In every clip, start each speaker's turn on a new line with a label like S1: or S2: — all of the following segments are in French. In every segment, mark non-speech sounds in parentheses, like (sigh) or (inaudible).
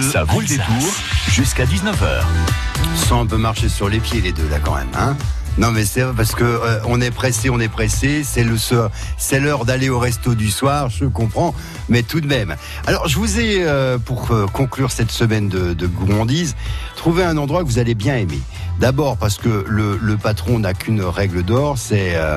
S1: Ça vaut le détour jusqu'à 19h.
S2: Sans un peu marcher sur les pieds les deux là quand même, hein non mais c'est parce que euh, on est pressé, on est pressé, c'est le soir- c'est l'heure d'aller au resto du soir, je comprends, mais tout de même. Alors je vous ai euh, pour euh, conclure cette semaine de, de gourmandise, trouvé un endroit que vous allez bien aimer. D'abord parce que le, le patron n'a qu'une règle d'or, c'est euh,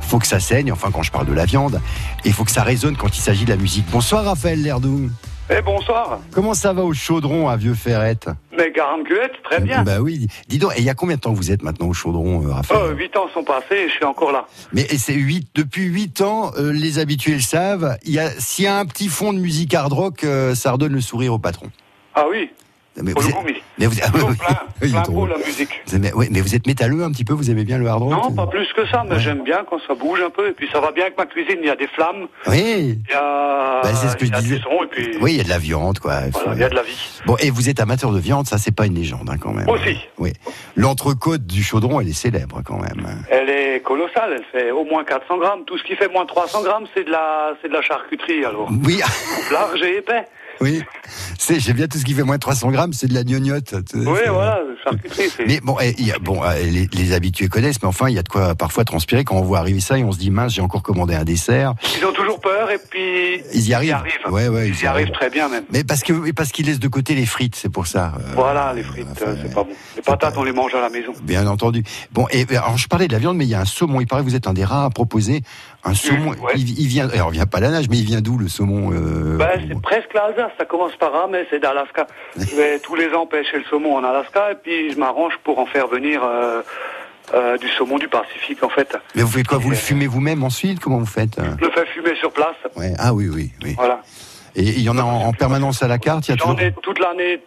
S2: faut que ça saigne, enfin quand je parle de la viande, et faut que ça résonne quand il s'agit de la musique. Bonsoir Raphaël Lerdou.
S3: Eh bonsoir,
S2: Comment ça va au chaudron à Vieux Ferrette
S3: mes carancuettes, très bien.
S2: Bah oui, dis donc, et il y a combien de temps que vous êtes maintenant au chaudron, euh, Raphaël
S3: Oh, 8 ans sont passés et je suis encore là.
S2: Mais c'est huit depuis 8 ans, euh, les habitués le savent, il y a s'il y a un petit fond de musique hard rock, euh, ça redonne le sourire au patron.
S3: Ah oui,
S2: Mais
S3: pour
S2: vous
S3: le
S2: êtes,
S3: coup, oui.
S2: mais vous, ah oui, (laughs)
S3: Toujours
S2: oui,
S3: plein,
S2: il est
S3: plein pot
S2: drôle.
S3: la musique.
S2: Vous aimez- ouais, mais vous êtes métalleux un petit peu, vous aimez bien le hard rock euh
S3: Non, pas plus que ça, mais
S2: Oh, Ouais.
S3: j'aime bien quand ça bouge un peu. Et puis ça va bien avec ma cuisine, il y a des flammes,
S2: Oui.
S3: il y a,
S2: Bah, c'est ce que
S3: il y
S2: je
S3: a du
S2: disais.
S3: son et puis
S2: Oui, il y a de la viande quoi.
S3: voilà, il y a de la vie.
S2: Bon, et vous êtes amateur de viande, ça c'est pas une légende hein, quand même.
S3: Aussi,
S2: Oui. L'entrecôte du chaudron, elle est célèbre quand même.
S3: elle est colossale, elle fait au moins 400 grammes. Tout ce qui fait moins 300 grammes, c'est de la, c'est de la
S2: (laughs)
S3: charcuterie alors.
S2: Oui, ah,
S3: Large et épais.
S2: oui. C'est j'aime bien tout ce qui fait moins de 300 grammes, c'est de la gnognotte.
S3: Oui,
S2: C'est-
S3: voilà, charcuterie, c'est...
S2: Mais bon, eh, il y a- bon eh, les, les habitués connaissent, mais enfin, il y a de quoi parfois transpirer quand on voit arriver ça et on se dit mince, j'ai encore commandé un dessert.
S3: Ils ont toujours peur et puis...
S2: Ils y arrivent. Ouais, ouais,
S3: ils y arrivent très bien même.
S2: Mais parce que parce qu'ils laissent de côté les frites, c'est pour ça. euh,
S3: Voilà, les frites,
S2: enfin, Euh,
S3: euh, c'est pas bon. Les patates, on les mange à la maison.
S2: Bien entendu. Bon, et euh, alors je parlais de la viande, mais il y a un saumon. Il paraît que vous êtes un des rares à proposer un saumon.
S3: Mmh, ouais.
S2: il, il vient, alors il vient pas à la nage, mais il vient d'où le saumon euh,
S3: Ben,
S2: au-
S3: c'est presque l'Alsace, ça commence par A, mais c'est
S2: (laughs)
S3: d'Alaska. Je vais tous les ans pêcher le saumon en Alaska, et puis je m'arrange pour en faire venir euh, euh, du saumon du Pacifique, en fait.
S2: Mais vous faites quoi Vous le fumez vous-même ensuite Comment vous faites euh
S3: Je le fais fumer sur place,
S2: Ouais. Ah oui, oui, oui.
S3: voilà.
S2: Et il y en a en, en permanence à la carte. Il y a
S3: J'en
S2: toujours.
S3: ai toute l'année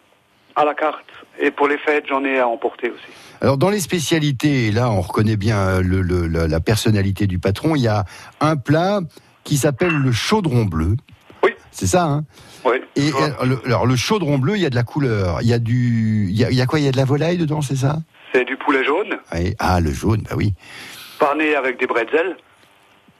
S3: à la carte, et pour les fêtes, j'en ai à emporter aussi.
S2: Alors dans les spécialités, et là on reconnaît bien euh, le- le- la, la personnalité du patron, il y a un plat qui s'appelle le chaudron bleu.
S3: Oui.
S2: C'est ça, hein
S3: Oui,
S2: Et
S3: toujours.
S2: euh, le- alors le chaudron bleu, il y a de la couleur, il y a du, il y a, il y a quoi Il y a de la volaille dedans, c'est ça
S3: c'est du poulet jaune,
S2: Ouais. Ah le jaune, bah oui.
S3: pané avec des bretzels.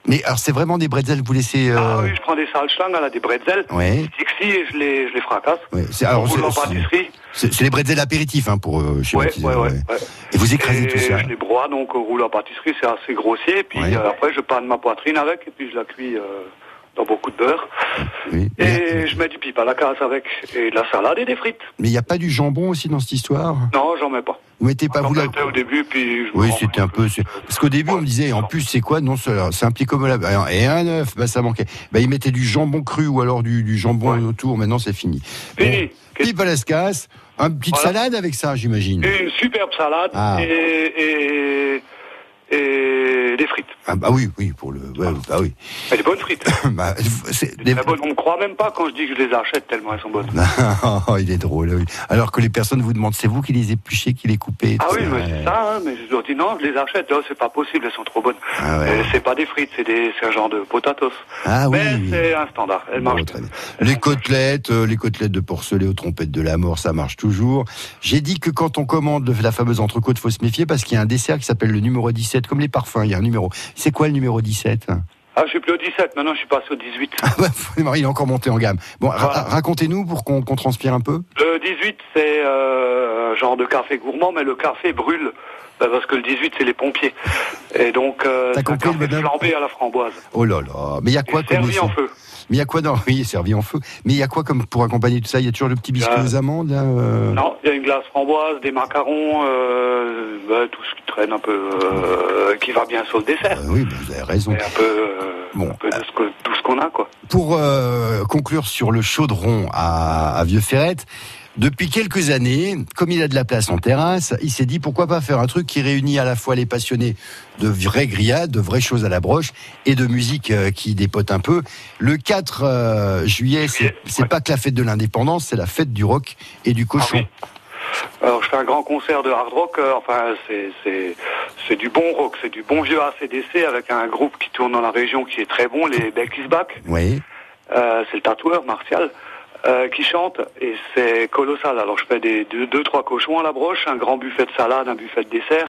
S2: Mais alors c'est vraiment des bretzels que vous laissez. euh,
S3: Ah oui, je prends des salschlangs, là, des bretzels.
S2: Ouais.
S3: Dixie, et je les, je les fracasse.
S2: Ouais, c'est
S3: Alors,
S2: alors c'est-
S3: en
S2: c'est-
S3: pâtisserie.
S2: c'est c'est les bretzels apéritifs hein, pour euh,
S3: Ouais,
S2: schématiser,
S3: ouais, ouais,
S2: ouais.
S3: ouais.
S2: Et vous écrasez
S3: Et
S2: tout ça.
S3: Je les broie donc au rouleau à pâtisserie, c'est assez grossier. Puis
S2: Ouais.
S3: euh, après, je panne ma poitrine avec et puis je la cuis euh, dans beaucoup de beurre.
S2: Oui.
S3: Et je mets du pipe à la casse avec et de la salade et des frites.
S2: Mais il n'y a pas du jambon aussi dans cette histoire
S3: Non, j'en mets pas.
S2: Vous mettez pas Bah, vous
S3: J'en
S2: la-
S3: mettais au début, puis je me
S2: Oui,
S3: rends
S2: c'était un
S3: compte que-
S2: peu. c'est- Parce qu'au début, on me disait, en plus, c'est quoi Non, c'est c'est un petit comme la- alors, Et un œuf, bah, ça manquait. Bah, ils mettaient du jambon cru ou alors du, du jambon
S3: Ouais.
S2: autour. Maintenant, c'est fini.
S3: Fini. Qu'est-ce-
S2: Pipe à la scasse, une petite
S3: Voilà.
S2: salade avec ça, j'imagine.
S3: Et une superbe salade
S2: Ah.
S3: et, et, et des frites.
S2: Ah, bah oui, oui, pour le. ouais, bah oui. (laughs)
S3: Et des bonnes frites.
S2: Bah, c'est-
S3: Des très bonnes. On me croit même pas quand je dis que je les achète tellement elles sont bonnes.
S2: (laughs) Oh, il est drôle. oui. Alors que les personnes vous demandent, c'est vous qui les épluchez, qui les coupez
S3: Ah oui,
S2: etc.
S3: mais c'est ça, hein, mais je leur dis non, je les achète, Oh, c'est pas possible, elles sont trop bonnes.
S2: Ah ouais.
S3: Euh, C'est pas des frites, c'est des, c'est un genre de potatoes.
S2: Ah oui.
S3: mais
S2: oui.
S3: c'est un standard, elles
S2: Bon,
S3: marchent.
S2: très bien. Les côtelettes, euh, les côtelettes de porcelet aux trompettes de la mort, ça marche toujours. J'ai dit que quand on commande le- la fameuse entrecôte, faut se méfier parce qu'il y a un dessert qui s'appelle le numéro 17, comme les parfums, il y a un numéro. C'est quoi le numéro (laughs) Ah 17
S3: Ah, je suis plus au 17, maintenant je suis passé au
S2: (laughs)
S3: 18.
S2: bah, Il est encore monté en gamme. Bon, ra-
S3: Voilà.
S2: racontez-nous pour qu'on qu'on transpire un peu.
S3: Le 18, c'est euh, un genre de café gourmand, mais le café brûle. euh, Parce que le 18, c'est les pompiers. Et donc, euh,
S2: T'as
S3: c'est un
S2: compris, le
S3: café
S2: bonhomme
S3: flambé à la framboise.
S2: Oh là là, mais il y a quoi
S3: Et
S2: comme
S3: servi en
S2: dessert
S3: feu.
S2: Mais il y a quoi dans (laughs) Oui, servi en feu. Mais il y a quoi comme pour accompagner tout ça Il y a toujours le petit biscuit
S3: Euh,
S2: aux amandes là, euh,
S3: Non, il y a une glace framboise, des macarons, euh, bah, tout ce qui traîne un peu, euh, qui va bien sur le dessert.
S2: Euh, Oui, vous avez raison.
S3: Et un peu, euh,
S2: Bon.
S3: un peu de ce que- tout ce qu'on a, quoi.
S2: Pour euh, conclure sur le chaudron à, à Vieux-Ferrette, depuis quelques années, comme il a de la place en terrasse, il s'est dit pourquoi pas faire un truc qui réunit à la fois les passionnés de vraies grillades, de vraies choses à la broche et de musique euh, qui dépote un peu. Le 4 euh, juillet, c'est
S3: Juillet,
S2: c'est
S3: ouais.
S2: pas que la fête de l'indépendance, c'est la fête du rock et du cochon.
S3: Ah Alors je fais un grand concert de hard rock, euh, enfin c'est c'est c'est du bon rock, c'est du bon vieux ACDC avec un groupe qui tourne dans la région qui est très bon, les Beck is Back,
S2: Oui.
S3: Euh, c'est le tatoueur martial euh, qui chante et c'est colossal. Alors je fais des deux, deux trois cochons à la broche, un grand buffet de salade, un buffet de dessert